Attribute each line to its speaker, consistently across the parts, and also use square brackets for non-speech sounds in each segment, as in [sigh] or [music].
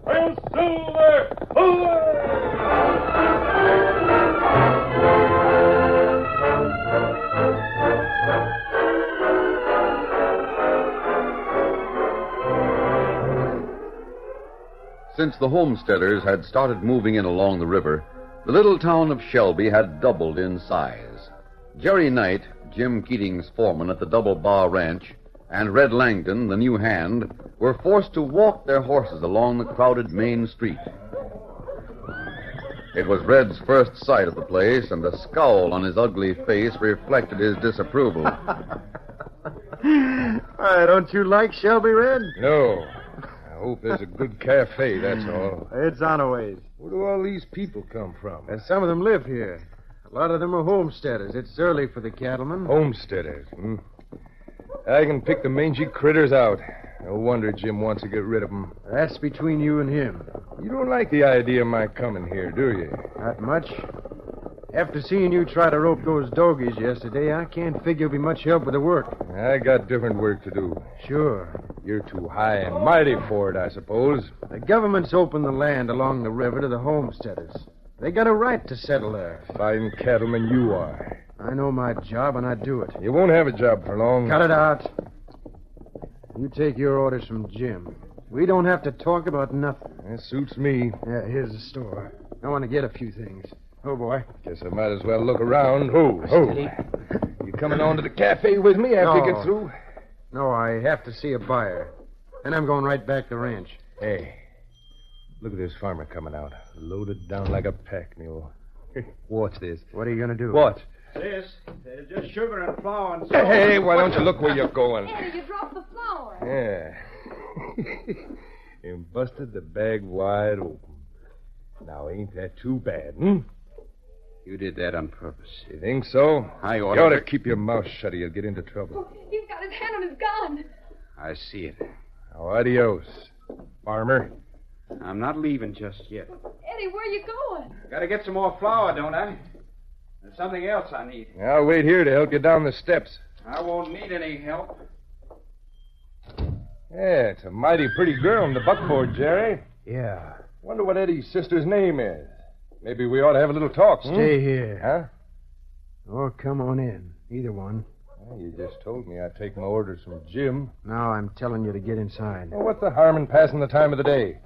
Speaker 1: Hey, Silver! Hooray!
Speaker 2: Since the homesteaders had started moving in along the river, the little town of Shelby had doubled in size. Jerry Knight, Jim Keating's foreman at the Double Bar Ranch, and Red Langdon, the new hand, were forced to walk their horses along the crowded main street. It was Red's first sight of the place, and the scowl on his ugly face reflected his disapproval.
Speaker 3: Why, don't you like Shelby Red?
Speaker 4: No. I hope there's a good cafe, that's all.
Speaker 3: It's on a ways.
Speaker 4: Where do all these people come from?
Speaker 3: And some of them live here. A lot of them are homesteaders. It's early for the cattlemen.
Speaker 4: Homesteaders, hmm? I can pick the mangy critters out. No wonder Jim wants to get rid of them.
Speaker 3: That's between you and him.
Speaker 4: You don't like the idea of my coming here, do you?
Speaker 3: Not much. After seeing you try to rope those dogies yesterday, I can't figure you'll be much help with the work.
Speaker 4: I got different work to do.
Speaker 3: Sure.
Speaker 4: You're too high and mighty for it, I suppose.
Speaker 3: The government's opened the land along the river to the homesteaders. They got a right to settle there.
Speaker 4: Fine cattleman you are.
Speaker 3: I know my job and I do it.
Speaker 4: You won't have a job for long.
Speaker 3: Cut it out. You take your orders from Jim. We don't have to talk about nothing.
Speaker 4: That suits me.
Speaker 3: Yeah, here's the store. I want to get a few things. Oh, boy.
Speaker 4: Guess I might as well look around. Ho, ho. You coming on to the cafe with me after you
Speaker 3: No.
Speaker 4: get through?
Speaker 3: No, I have to see a buyer. Then I'm going right back to the ranch.
Speaker 4: Hey, look at this farmer coming out, loaded down like a pack mule. [laughs] Watch this.
Speaker 3: What are you going to do?
Speaker 4: What?
Speaker 3: This. There's just sugar and flour and
Speaker 4: Hey, hey, why don't you look where you're going?
Speaker 5: Eddie, you dropped the flower.
Speaker 4: Yeah. [laughs] and busted the bag wide open. Now, ain't that too bad, hmm?
Speaker 2: You did that on purpose.
Speaker 4: You think so?
Speaker 2: I
Speaker 4: You
Speaker 2: ordered
Speaker 4: ought to
Speaker 2: it.
Speaker 4: keep your mouth shut or you'll get into trouble.
Speaker 5: He's got his hand on his gun.
Speaker 2: I see it.
Speaker 4: Now, adios, farmer.
Speaker 2: I'm not leaving just yet.
Speaker 5: Eddie, where are you going?
Speaker 6: Gotta get some more flour, don't I? There's something else I need.
Speaker 4: I'll wait here to help you down the steps.
Speaker 6: I won't need any help.
Speaker 4: Yeah, it's a mighty pretty girl in the buckboard, Jerry.
Speaker 3: Yeah.
Speaker 4: Wonder what Eddie's sister's name is. Maybe we ought to have a little talk. hmm?
Speaker 3: Stay here.
Speaker 4: Huh?
Speaker 3: Or come on in. Either one.
Speaker 4: Well, you just told me I'd take my orders from Jim.
Speaker 3: Now I'm telling you to get inside.
Speaker 4: Well, what's the harm in passing the time of the day?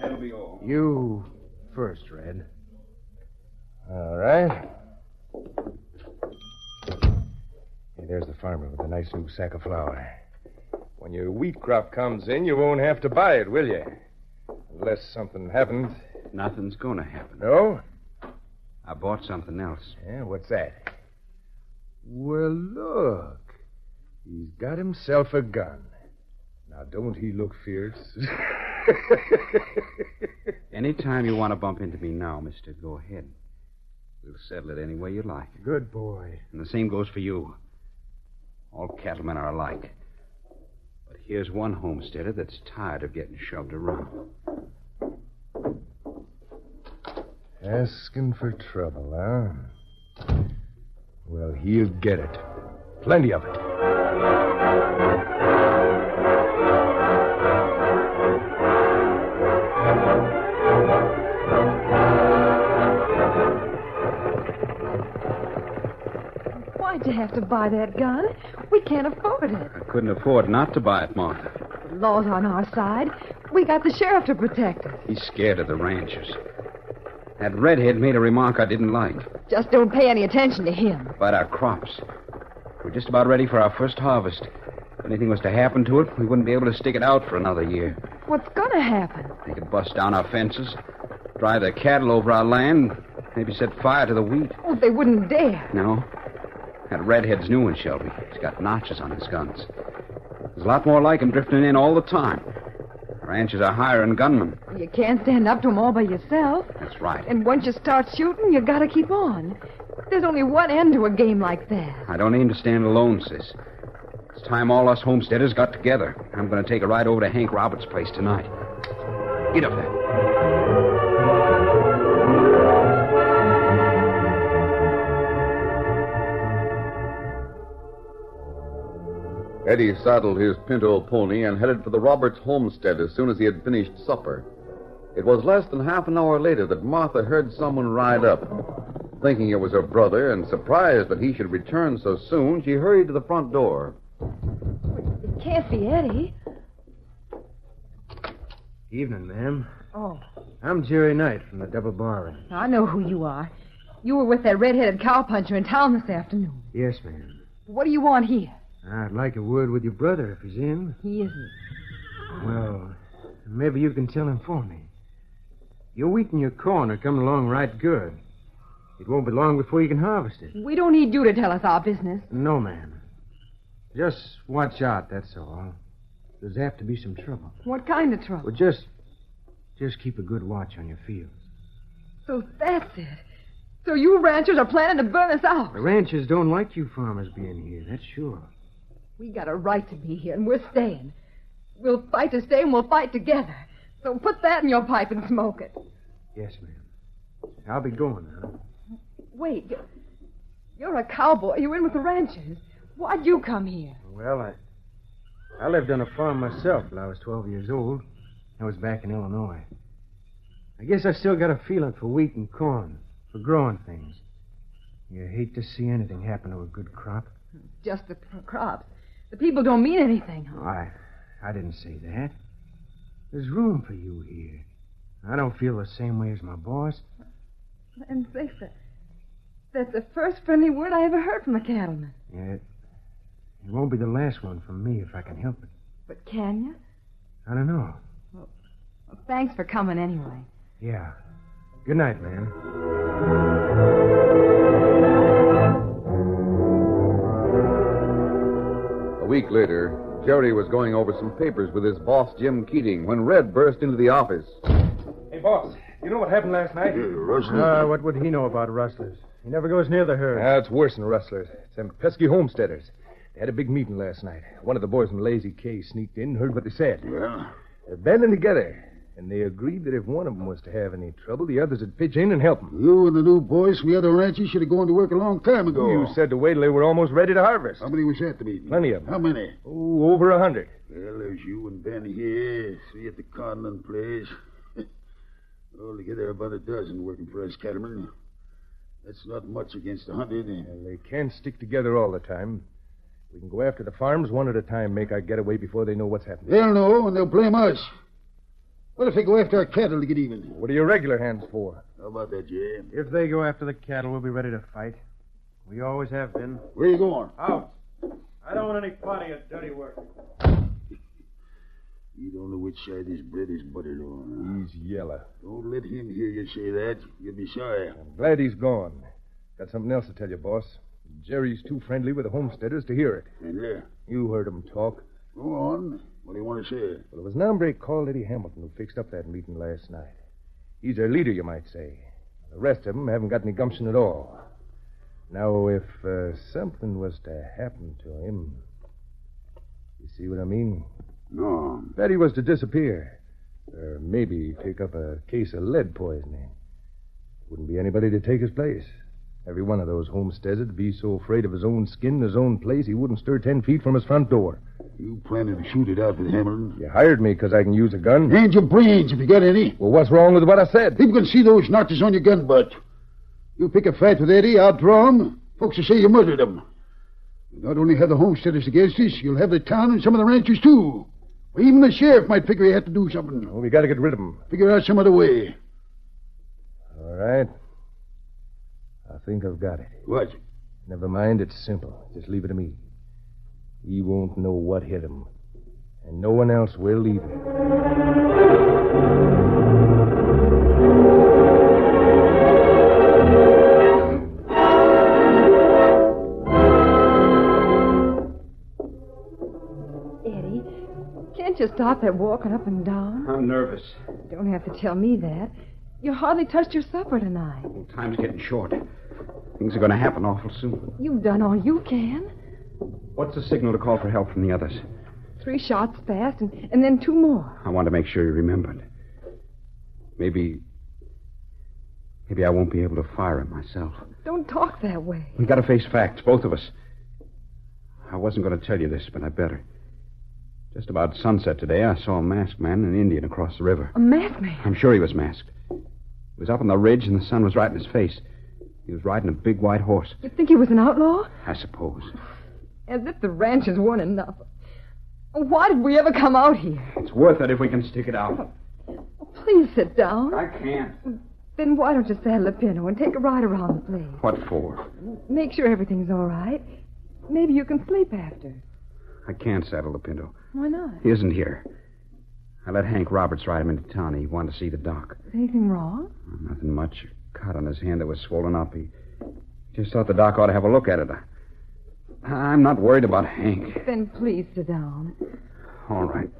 Speaker 6: That'll be all.
Speaker 3: You first, Red.
Speaker 4: All right. Hey, there's the farmer with a nice new sack of flour. When your wheat crop comes in, you won't have to buy it, will you? Unless something happens.
Speaker 6: Nothing's going to happen.
Speaker 4: No?
Speaker 6: I bought something else.
Speaker 4: Yeah, what's that? Well, look. He's got himself a gun. Now, don't he look fierce? [laughs]
Speaker 6: Anytime you want to bump into me now, mister, go ahead. We'll settle it any way you like.
Speaker 3: Good boy.
Speaker 6: And the same goes for you. All cattlemen are alike. But here's one homesteader that's tired of getting shoved around.
Speaker 4: Asking for trouble, huh? Well, he'll get it. Plenty of it.
Speaker 5: Why'd you have to buy that gun? We can't afford it.
Speaker 6: I couldn't afford not to buy it, Martha.
Speaker 5: The law's on our side. We got the sheriff to protect us.
Speaker 6: He's scared of the ranchers. That redhead made a remark I didn't like
Speaker 5: Just don't pay any attention to him.
Speaker 6: about our crops. We're just about ready for our first harvest. If anything was to happen to it, we wouldn't be able to stick it out for another year.
Speaker 5: What's gonna happen?
Speaker 6: They could bust down our fences, drive their cattle over our land, maybe set fire to the wheat.
Speaker 5: Oh, they wouldn't dare.
Speaker 6: No. That redhead's new one, Shelby. He's got notches on his guns. There's a lot more like him drifting in all the time. Ranchers are hiring gunmen.
Speaker 5: You can't stand up to 'em all by yourself.
Speaker 6: That's right.
Speaker 5: And once you start shooting, you gotta keep on. There's only one end to a game like that.
Speaker 6: I don't aim to stand alone, sis. It's time all us homesteaders got together. I'm going to take a ride over to Hank Roberts' place tonight. Get up there.
Speaker 2: Eddie saddled his pinto pony and headed for the Roberts homestead as soon as he had finished supper. It was less than half an hour later that Martha heard someone ride up. Thinking it was her brother and surprised that he should return so soon, she hurried to the front door.
Speaker 5: It can't be Eddie.
Speaker 3: Evening, ma'am.
Speaker 5: Oh,
Speaker 3: I'm Jerry Knight from the Double Barren.
Speaker 5: I know who you are. You were with that red-headed cowpuncher in town this afternoon.
Speaker 3: Yes, ma'am.
Speaker 5: What do you want here?
Speaker 3: I'd like a word with your brother if he's in.
Speaker 5: He isn't.
Speaker 3: Well, maybe you can tell him for me. Your wheat and your corn are coming along right good. It won't be long before you can harvest it.
Speaker 5: We don't need you to tell us our business.
Speaker 3: No, ma'am. Just watch out, that's all. There's apt to be some trouble.
Speaker 5: What kind of trouble?
Speaker 3: Well, just. Just keep a good watch on your fields.
Speaker 5: So that's it. So you ranchers are planning to burn us out.
Speaker 3: The ranchers don't like you farmers being here, that's sure.
Speaker 5: We got a right to be here, and we're staying. We'll fight to stay, and we'll fight together. So put that in your pipe and smoke it.
Speaker 3: Yes, ma'am. I'll be going now.
Speaker 5: Wait, you- you're a cowboy. You're in with the ranchers. Why'd you come here?
Speaker 3: Well, I. I lived on a farm myself till I was 12 years old. I was back in Illinois. I guess I've still got a feeling for wheat and corn, for growing things. You hate to see anything happen to a good crop.
Speaker 5: Just the p- crops. The people don't mean anything. huh?
Speaker 3: I, I didn't say that. There's room for you here. I don't feel the same way as my boss.
Speaker 5: And say, that- that's the first friendly word I ever heard from a cattleman.
Speaker 3: It, it won't be the last one from me if I can help it.
Speaker 5: But can you?
Speaker 3: I don't know.
Speaker 5: Thanks for coming anyway.
Speaker 3: Yeah. Good night, man.
Speaker 2: A week later, Jerry was going over some papers with his boss, Jim Keating, when Red burst into the office.
Speaker 4: Hey, boss, you know what happened last night?
Speaker 3: Ah, what would he know about rustlers? He never goes near the herd.
Speaker 4: Ah, it's worse than rustlers. It's them pesky homesteaders. They had a big meeting last night. One of the boys from Lazy K sneaked in and heard what they said. Well? They're banding together. And they agreed that if one of them was to have any trouble, the others would pitch in and help him.
Speaker 7: You and the new boys from the other ranches should have gone to work a long time ago.
Speaker 4: You said to wait till they were almost ready to harvest.
Speaker 7: How many was at the meeting?
Speaker 4: Plenty of 'em.
Speaker 7: How many?
Speaker 4: Oh, over a hundred.
Speaker 7: Well, there's you and Ben here, three at the Conlon place. Altogether, about a dozen working for us cattlemen. That's not much against a hundred.
Speaker 4: And they can't stick together all the time. We can go after the farms one at a time, make our getaway before they know what's happening.
Speaker 7: They'll know, and they'll blame us. What if they go after our cattle to get even?
Speaker 4: What are your regular hands for?
Speaker 7: How about that, Jim?
Speaker 3: If they go after the cattle, we'll be ready to fight. We always have been.
Speaker 7: Where you going?
Speaker 3: Out. I don't want any party of dirty work.
Speaker 7: You don't know which side his bread is buttered on.
Speaker 4: He's yeller.
Speaker 7: Don't let him hear you say that. You'll be sorry.
Speaker 4: I'm glad he's gone. Got something else to tell you, boss. Jerry's too friendly with the homesteaders to hear it.
Speaker 7: Handler,
Speaker 4: You heard him talk.
Speaker 7: go on. What do you want to say?
Speaker 4: Well, it was an hombre called Eddie Hamilton who fixed up that meeting last night. He's their leader, you might say. The rest of them haven't got any gumption at all. Now, if uh, something was to happen to him. You see what I mean?
Speaker 7: No.
Speaker 4: That he was to disappear. Or maybe pick up a case of lead poisoning. Wouldn't be anybody to take his place. Every one of those homesteaders would be so afraid of his own skin and his own place he wouldn't stir ten feet from his front door.
Speaker 7: You planted to shoot it out with Hamilton.
Speaker 4: You hired me because I can use a gun.
Speaker 7: Hand your brains if you got any.
Speaker 4: Well, what's wrong with what I said?
Speaker 7: People can see those notches on your gun butt. You pick a fight with Eddie, I'll draw him. Folks will say you murdered him. You not only have the homesteaders against us, you'll have the town and some of the ranchers, too. Or even the sheriff might figure he had to do something.
Speaker 4: Well, we got to get rid of him.
Speaker 7: Figure out some other way.
Speaker 4: All right. I think I've got it.
Speaker 7: What?
Speaker 4: Never mind, it's simple. Just leave it to me. He won't know what hit him. And no one else will either.
Speaker 5: Eddie, can't you stop that walking up and down?
Speaker 6: I'm nervous.
Speaker 5: You don't have to tell me that. You hardly touched your supper tonight.
Speaker 6: Time's getting short. Things are going to happen awful soon.
Speaker 5: You've done all you can.
Speaker 6: What's the signal to call for help from the others?
Speaker 5: Three shots fast and, and then two more.
Speaker 6: I want to make sure you remember it. Maybe. Maybe I won't be able to fire him myself.
Speaker 5: Don't talk that way.
Speaker 6: We gotta face facts, both of us. I wasn't gonna tell you this, but I better. Just about sunset today, I saw a masked man and an Indian across the river.
Speaker 5: A masked man.
Speaker 6: I'm sure he was masked. He was up on the ridge and the sun was right in his face. He was riding a big white horse,
Speaker 5: You think he was an outlaw?
Speaker 6: I suppose.
Speaker 5: As if the ranch is one enough. Why did we ever come out here?
Speaker 6: It's worth it if we can stick it out.
Speaker 5: Please sit down.
Speaker 6: I can't.
Speaker 5: Then why don't you saddle a pinto and take a ride around the place?
Speaker 6: What for?
Speaker 5: Make sure everything's all right. Maybe you can sleep after.
Speaker 6: I can't saddle the pinto.
Speaker 5: Why not?
Speaker 6: He isn't here. I let Hank Roberts ride him into town. He wanted to see the doc.
Speaker 5: Is anything wrong?
Speaker 6: Nothing much. A cut on his hand that was swollen up. He just thought the doc ought to have a look at it. I- I'm not worried about Hank.
Speaker 5: Then please sit down.
Speaker 6: All right.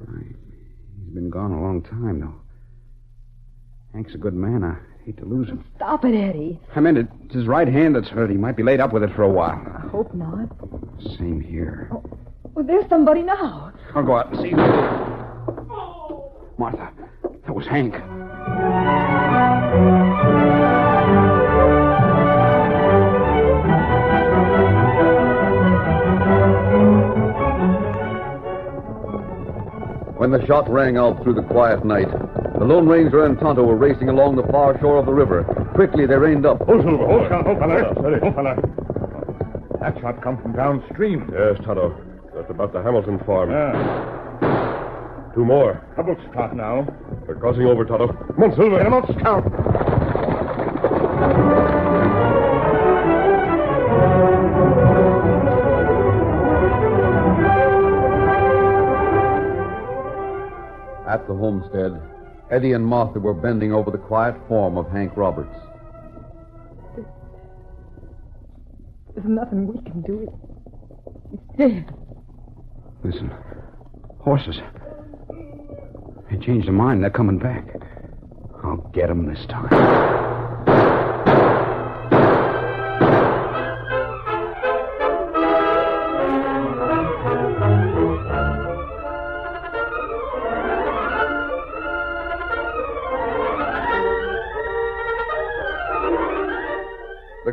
Speaker 6: Right. He's been gone a long time, though. Hank's a good man. I hate to lose him.
Speaker 5: Stop it, Eddie.
Speaker 6: I mean, it's his right hand that's hurt. He might be laid up with it for a while.
Speaker 5: Hope not.
Speaker 6: Same here.
Speaker 5: Well, there's somebody now.
Speaker 6: I'll go out and see. Martha, that was Hank.
Speaker 2: When the shot rang out through the quiet night, the Lone Ranger and Tonto were racing along the far shore of the river. Quickly, they reined up.
Speaker 4: Oh, That shot come from downstream.
Speaker 1: Yes, Tonto. Just about the Hamilton farm. Two more.
Speaker 4: Double shot now.
Speaker 1: They're crossing over, Tonto.
Speaker 4: Silver. Get him up, scout.
Speaker 2: At the homestead, Eddie and Martha were bending over the quiet form of Hank Roberts.
Speaker 5: There's nothing we can do. He's dead.
Speaker 6: Listen. Horses. They changed their mind. They're coming back. I'll get 'em this time.
Speaker 2: The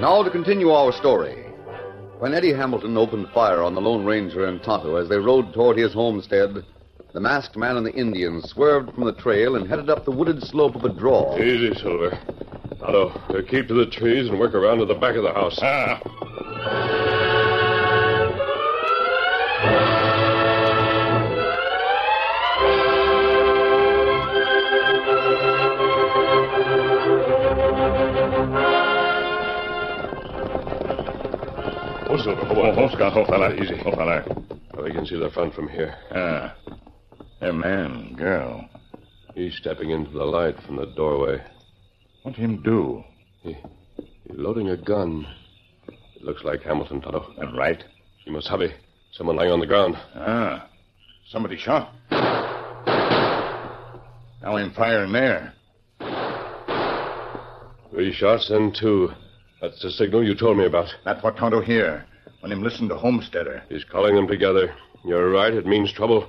Speaker 2: Now to continue our story. When Eddie Hamilton opened fire on the Lone Ranger and Tonto as they rode toward his homestead, the masked man and the Indian swerved from the trail and headed up the wooded slope of a draw.
Speaker 8: Easy, Silver. Tonto, keep to the trees and work around to the back of the house. Ah. Oh, Silver, hold on. Oh, Scott, hold that easy. Hold that We can see the front from here.
Speaker 9: Ah. A man, girl.
Speaker 8: He's stepping into the light from the doorway.
Speaker 9: What him do?
Speaker 8: He, he's loading a gun. It looks like Hamilton, Tonto.
Speaker 9: That right?
Speaker 8: He must hurry. Someone lying on the ground.
Speaker 9: Ah. Somebody shot. Now him firing there.
Speaker 8: Three shots and two. That's the signal you told me about.
Speaker 9: That what Tonto hear. When him listen to Homesteader.
Speaker 8: He's calling them together. You're right. It means trouble.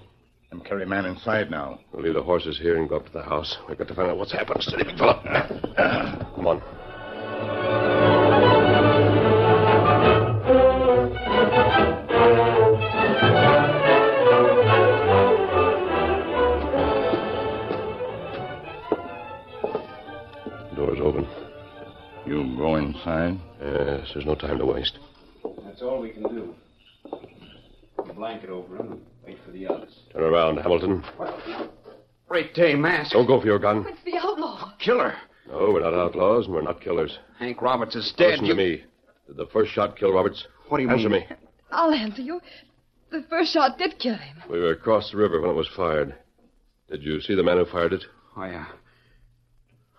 Speaker 9: Him carry man inside now.
Speaker 8: We'll leave the horses here and go up to the house. We've got to find out what's happened. Steady, big fella.
Speaker 9: [laughs]
Speaker 8: Come on. Door's open.
Speaker 9: You go inside.
Speaker 8: Yes, there's no time to waste.
Speaker 10: That's all we can do. Put a blanket over him and wait for the others.
Speaker 8: Turn around, Hamilton.
Speaker 6: Great day, Mask.
Speaker 8: Don't go for your gun.
Speaker 5: It's the outlaw.
Speaker 6: Killer.
Speaker 8: No, we're not outlaws and we're not killers.
Speaker 6: Hank Roberts is dead.
Speaker 8: Listen
Speaker 6: You-
Speaker 8: to me. Did the first shot kill Roberts?
Speaker 6: What do you
Speaker 8: Answer
Speaker 6: mean?
Speaker 8: me.
Speaker 5: I'll answer you. The first shot did kill him.
Speaker 8: We were across the river when it was fired. Did you see the man who fired it?
Speaker 6: Oh, yeah.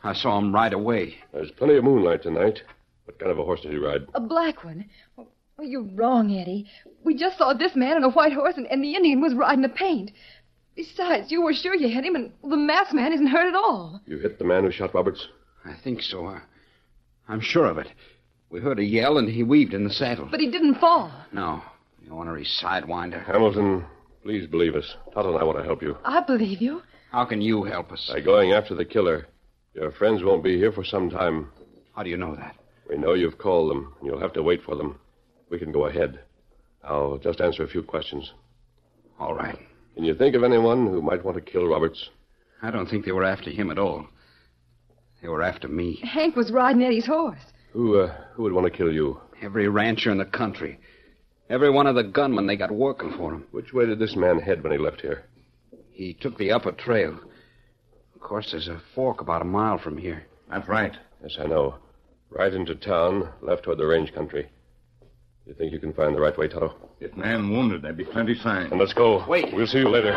Speaker 6: I saw him right away.
Speaker 8: There's plenty of moonlight tonight. What kind of a horse did he ride?
Speaker 5: A black one. Oh, you're wrong, Eddie. We just saw this man on a white horse, and, and the Indian was riding a paint. Besides, you were sure you hit him, and the masked man isn't hurt at all.
Speaker 8: You hit the man who shot Roberts?
Speaker 6: I think so. I- I'm sure of it. We heard a yell and he weaved in the saddle.
Speaker 5: But he didn't fall.
Speaker 6: No, the ornery sidewinder.
Speaker 8: Hamilton, please believe us. Todd and I want to help you.
Speaker 5: I believe you.
Speaker 6: How can you help us?
Speaker 8: By going after the killer, your friends won't be here for some time.
Speaker 6: How do you know that?
Speaker 8: We know you've called them, and you'll have to wait for them. We can go ahead. I'll just answer a few questions.
Speaker 6: All right.
Speaker 8: Can you think of anyone who might want to kill Roberts?
Speaker 6: I don't think they were after him at all. They were after me.
Speaker 5: Hank was riding Eddie's horse.
Speaker 8: Who, uh, who would want to kill you?
Speaker 6: Every rancher in the country. Every one of the gunmen they got working for him.
Speaker 8: Which way did this man head when he left here?
Speaker 6: He took the upper trail. Of course, there's a fork about a mile from here.
Speaker 9: That's right.
Speaker 8: Yes, I know. Right into town, left toward the range country. You think you can find the right way, Toto?
Speaker 9: If man wounded, there'd be plenty sign.
Speaker 8: And let's go.
Speaker 6: Wait.
Speaker 8: We'll see you later.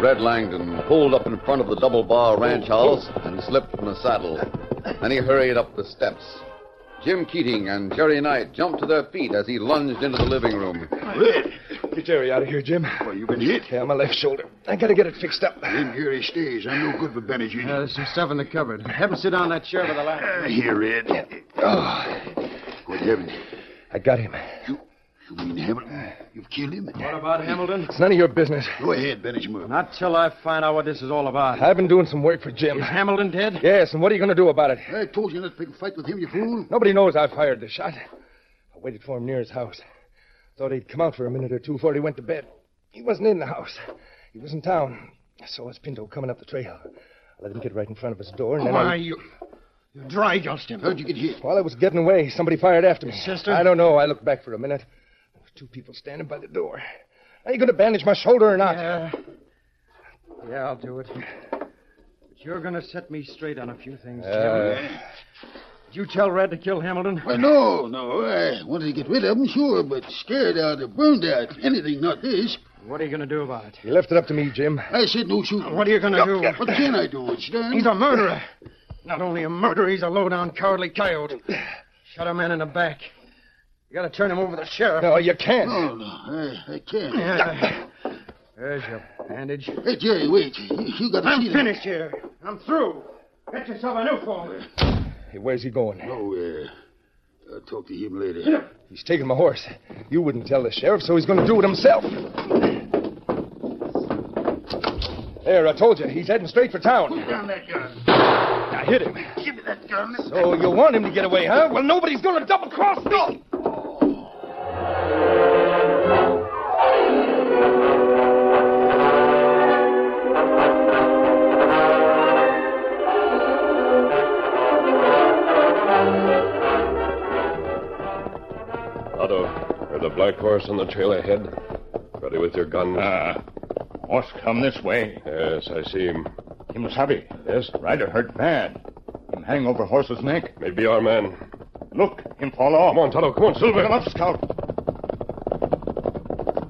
Speaker 2: Red Langdon pulled up in front of the double bar ranch house and slipped from the saddle. Then he hurried up the steps. Jim Keating and Jerry Knight jumped to their feet as he lunged into the living room.
Speaker 4: Get Jerry out of here, Jim. Well, you've been hit. Yeah, my left shoulder. I gotta get it fixed up.
Speaker 11: In here he stays. I'm no good for bandaging.
Speaker 4: Uh,
Speaker 12: there's some stuff in the cupboard. Have him sit on that chair by the lamp.
Speaker 11: Uh, here, Ed.
Speaker 4: Oh,
Speaker 11: Good heavens.
Speaker 4: I got him.
Speaker 11: You mean Hamilton?
Speaker 6: You've killed him?
Speaker 4: Uh, What about Hamilton? It's none of your business.
Speaker 6: Go ahead, finish him up.
Speaker 4: Not till I find out what this is all about. I've been doing some work for Jim. Is Hamilton dead? Yes, and what are you going to do about it?
Speaker 6: I told you not to pick a fight with him, you fool.
Speaker 4: Nobody knows I fired the shot. I waited for him near his house. Thought he'd come out for a minute or two before he went to bed. He wasn't in the house. He was in town. I saw his pinto coming up the trail. I let him get right in front of his door, and then
Speaker 6: Why,
Speaker 4: I...
Speaker 6: Oh, you-
Speaker 4: You're dry, Johnston.
Speaker 6: How'd you get hit?
Speaker 4: While I was getting away, somebody fired after me.
Speaker 6: sister?
Speaker 4: I don't know. I looked back for a minute. There were two people standing by the door. Are you going to bandage my shoulder or not?
Speaker 3: Yeah. Yeah, I'll do it. But you're going to set me straight on a few things, Jim.
Speaker 4: Uh.
Speaker 3: Did you tell Red to kill Hamilton?
Speaker 6: Well, no, no. I wanted to get rid of him, sure, but scared out of burned out. Anything, not this.
Speaker 3: What are you going to do about it?
Speaker 4: You left it up to me, Jim.
Speaker 6: I said no shooting.
Speaker 3: What are you going to do?
Speaker 6: What can I do? It's done.
Speaker 3: He's a murderer. Not only a murderer, he's a low-down, cowardly coyote. Shot a man in the back. You got to turn him over to the sheriff.
Speaker 4: No, you can't.
Speaker 6: No, no,
Speaker 11: Uh,
Speaker 6: I, I can't.
Speaker 3: Yeah. There's your bandage.
Speaker 6: Hey, Jerry, wait. You, you got to
Speaker 3: I'm
Speaker 6: see that.
Speaker 3: finished here. I'm through. Get yourself a new phone.
Speaker 4: Hey, where's he going?
Speaker 11: Oh, uh,
Speaker 6: Nowhere. I'll talk to him later.
Speaker 4: He's taking my horse. You wouldn't tell the sheriff, so he's going to do it himself. There, I told you. He's heading straight for town.
Speaker 6: Put down that gun.
Speaker 4: I hit him.
Speaker 6: Give me that gun.
Speaker 4: So you want him to get away, huh? Well, nobody's going to double cross me.
Speaker 8: Otto, there's a black horse on the trail ahead. Ready with your gun. Ah.
Speaker 13: Uh, Horse come this way.
Speaker 8: Yes, I see him.
Speaker 13: Kimasabi. Yes? Rider hurt bad. Him hang over horse's neck.
Speaker 8: Maybe our man.
Speaker 13: Look, him fall off.
Speaker 8: Come on, Toto. Come on, Silver.
Speaker 13: Come up, Scout.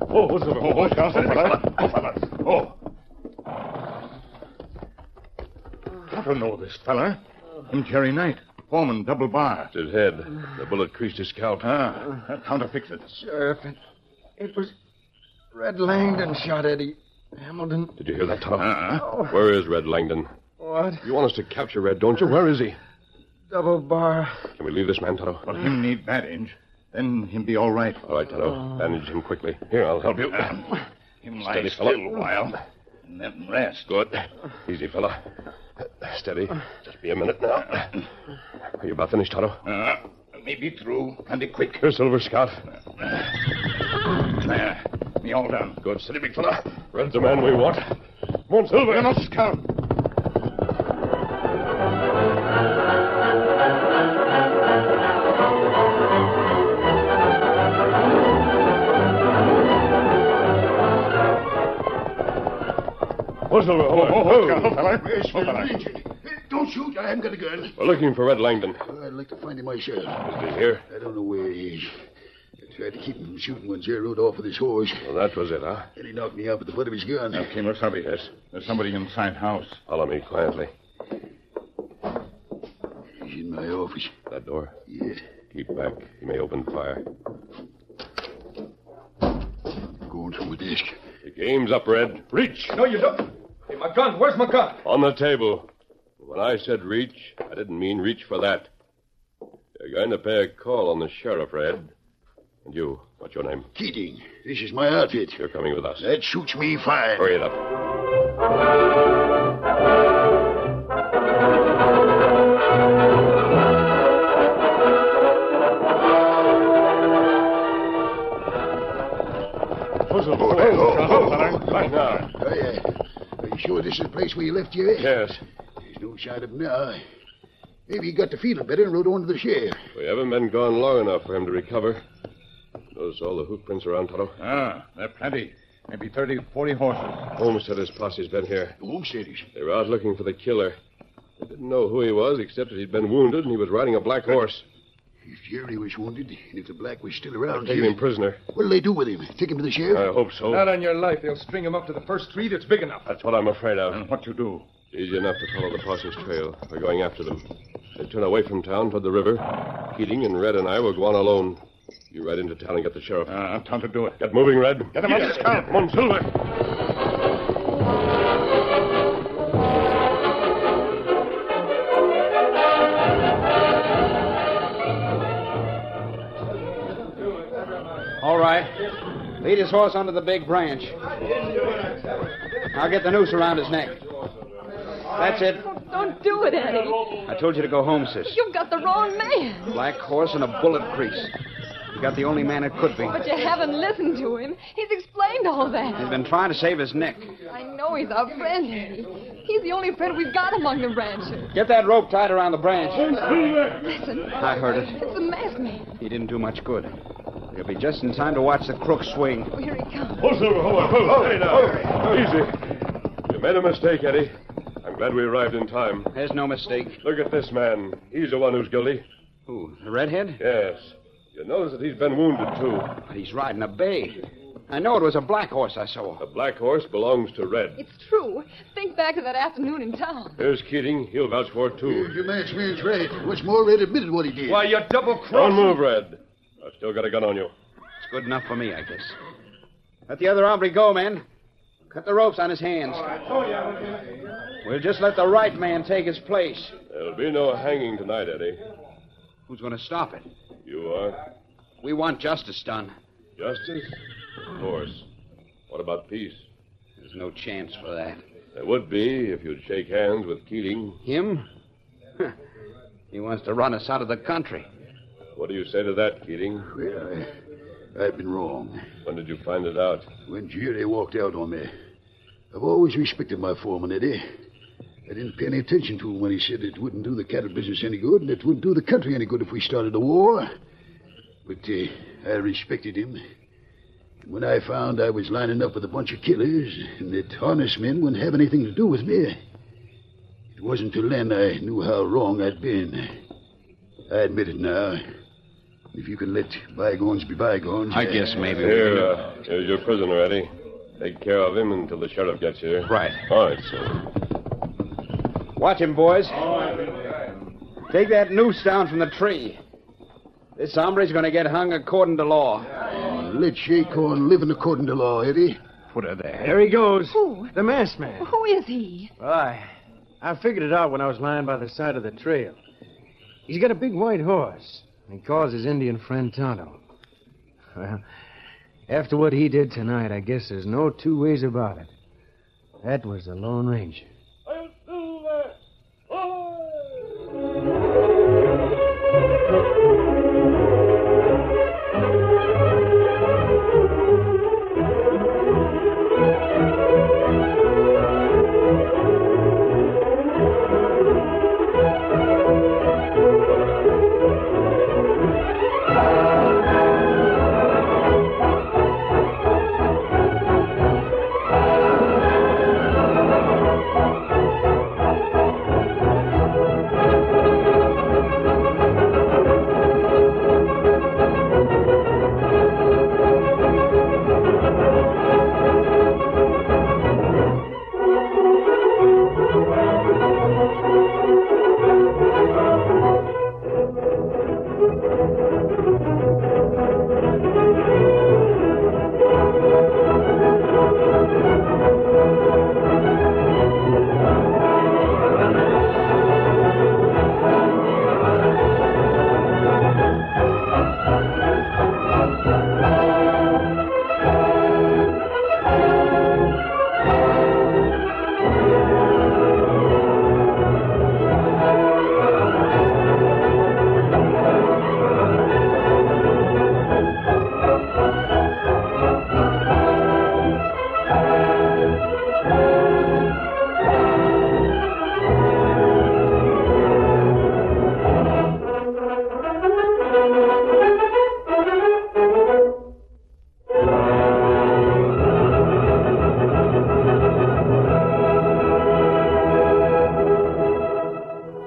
Speaker 13: Oh, what's Silver? Oh, oh, Scout. Oh, fella. Oh, fella. Oh. Toto know this fella. Him Jerry Knight. Foreman, double bar.
Speaker 8: His head. The bullet creased his scalp.
Speaker 13: Ah, that counterfix it.
Speaker 3: Sheriff, it, it was Red Langdon shot Eddie Hamilton.
Speaker 8: Did you hear that,
Speaker 13: Ah.
Speaker 8: Toto?
Speaker 3: Uh-uh.
Speaker 8: Where is Red Langdon?
Speaker 3: What?
Speaker 8: You want us to capture Red, don't you? Where is he?
Speaker 3: Double bar.
Speaker 8: Can we leave this man, Toto?
Speaker 13: Well, him need bandage. Then him be all right.
Speaker 8: All right, Toto. Bandage him quickly. Here, I'll help you.
Speaker 13: Ah. Him lie
Speaker 8: Steady,
Speaker 13: still
Speaker 8: fella.
Speaker 13: a while. And then rest.
Speaker 8: Good. Easy, fella. Steady. Just be a minute now. Are you about finished, Toto?
Speaker 13: Uh, maybe through. Plenty quick.
Speaker 8: Here, Silver Scout.
Speaker 13: There. Me all done.
Speaker 8: Good. Steady, big fella. Red's the man we want. Come on, Silver.
Speaker 13: Come on, Scout.
Speaker 8: Oh, Silver. Oh,
Speaker 13: Oh, oh,
Speaker 8: oh.
Speaker 13: Scout, fella. Oh, fella.
Speaker 6: Don't shoot. I haven't got a gun.
Speaker 8: We're looking for Red Langdon.
Speaker 6: I'd like to find him myself.
Speaker 8: Is he here?
Speaker 6: I don't know where he is. I tried to keep him from shooting when Jerry rode off with his horse.
Speaker 8: Well, that was it, huh?
Speaker 6: Then he knocked me out with the butt of his gun.
Speaker 13: Now, Kimasabi. Yes. There's somebody inside house.
Speaker 8: Follow me quietly.
Speaker 6: He's in my office.
Speaker 8: That door.
Speaker 6: Yeah.
Speaker 8: Keep back. He may open fire.
Speaker 6: Going to my desk.
Speaker 8: The game's up, Red. Reach!
Speaker 4: No, you don't. Hey, my gun. Where's my gun?
Speaker 8: On the table. When I said reach, I didn't mean reach for that. You're going to pay a call on the sheriff, Red. And you, what's your name?
Speaker 6: Keating, this is my outfit.
Speaker 8: You're coming with us.
Speaker 6: That shoots me fine.
Speaker 8: Hurry it up.
Speaker 13: Puzzle.
Speaker 6: Oh, there. Oh, oh, oh.
Speaker 8: Back now.
Speaker 6: Are you, are you sure this is the place where you left Jerry?
Speaker 8: Yes.
Speaker 6: There's no sign of him now. Maybe he got to feeling better and rode on to the sheriff.
Speaker 8: We haven't been gone long enough for him to recover. Notice all the hoof prints around, Toto.
Speaker 13: Ah, there plenty. Maybe 30, 40 horses.
Speaker 8: Homesteader's posse's been here.
Speaker 6: The homesteaders.
Speaker 8: They were out looking for the killer. They didn't know who he was, except that he'd been wounded and he was riding a black horse.
Speaker 6: If Jerry was wounded, and if the black was still around
Speaker 8: Taking
Speaker 6: here,
Speaker 8: him prisoner.
Speaker 6: what'll they do with him? Take him to the sheriff?
Speaker 8: I hope so.
Speaker 4: Not on your life. They'll string him up to the first tree that's big enough.
Speaker 8: That's what I'm afraid of.
Speaker 13: And what you do?
Speaker 8: Easy enough to follow the posse's trail. We're going after them. They turn away from town toward the river. Keating and Red and I will go on alone. You ride into town and get the sheriff.
Speaker 13: Ah, time to do it.
Speaker 8: Get moving, Red.
Speaker 13: Get him up, Scout.
Speaker 8: Come on, Silver.
Speaker 14: All right. Lead us
Speaker 6: his horse onto the big branch. I'll get the noose around his neck. That's it.
Speaker 5: Don't do it, Eddie.
Speaker 6: I told you to go home, sis.
Speaker 5: You've got the wrong man.
Speaker 6: Black horse and a bullet crease. You got the only man it could be.
Speaker 5: But you haven't listened to him. He's explained all
Speaker 6: He's
Speaker 5: that.
Speaker 6: been trying to save his neck.
Speaker 5: I know he's our friend, Eddie. He's the only friend we've got among the ranchers.
Speaker 6: Get that rope tied around the branch.
Speaker 5: Listen.
Speaker 6: I heard it.
Speaker 5: It's the masked man.
Speaker 6: He didn't do much good. He'll be just in time to watch the crook swing.
Speaker 5: Oh, here he comes.
Speaker 8: Oh, Silver, hold on. Hold on. Hey, now. Easy. You made a mistake, Eddie. I'm glad we arrived in time.
Speaker 6: There's no mistake.
Speaker 8: Look at this man. He's the one who's guilty.
Speaker 6: Who? The redhead?
Speaker 8: Yes. You notice that he's been wounded, too.
Speaker 6: He's riding a bay. I know it was a black horse I saw.
Speaker 8: The black horse belongs to Red.
Speaker 5: It's true. Think back to that afternoon in town.
Speaker 8: There's Keating. He'll vouch for it, too.
Speaker 13: Your man's man's right. What's more, Red admitted what he did.
Speaker 8: Why,
Speaker 13: you double
Speaker 8: Don't move, Red. I've still got a gun on you.
Speaker 6: It's good enough for me, I guess. Let the other hombre go, men. Cut the ropes on his hands. We'll just let the right man take his place.
Speaker 8: There'll be no hanging tonight, Eddie.
Speaker 6: Who's going to stop it?
Speaker 8: You are.
Speaker 6: We want justice done.
Speaker 8: Justice? Of course. What about peace?
Speaker 6: There's no chance for that.
Speaker 8: There would be if you'd shake hands with Keating.
Speaker 6: Him? [laughs] He wants to run us out of the country.
Speaker 8: What do you say to that, Keating?
Speaker 13: Well, I, have been wrong.
Speaker 8: When did you find it out?
Speaker 13: When Giudy walked out on me, I've always respected my foreman, Eddie. I didn't pay any attention to him when he said it wouldn't do the cattle business any good and it wouldn't do the country any good if we started a war. But uh, I respected him. And When I found I was lining up with a bunch of killers and that honest men wouldn't have anything to do with me, it wasn't till then I knew how wrong I'd been. I admit it now. If you can let bygones be bygones.
Speaker 8: Here, uh, here's your prisoner, Eddie. Take care of him until the sheriff gets here. Right. All right, sir.
Speaker 6: Watch him, boys. Take that noose down from the tree. This hombre's going to get hung according to law.
Speaker 13: Let Shaycorn live in according to law, Eddie.
Speaker 6: Put her there.
Speaker 4: There he goes.
Speaker 5: Who?
Speaker 4: The masked man.
Speaker 5: Who is he?
Speaker 4: Well, I, I figured it out when I was lying by the side of the trail. He's got a big white horse, and he calls his Indian friend Tonto. Well, after what he did tonight, I guess there's no two ways about it. That was the Lone Ranger.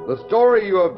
Speaker 2: The story you have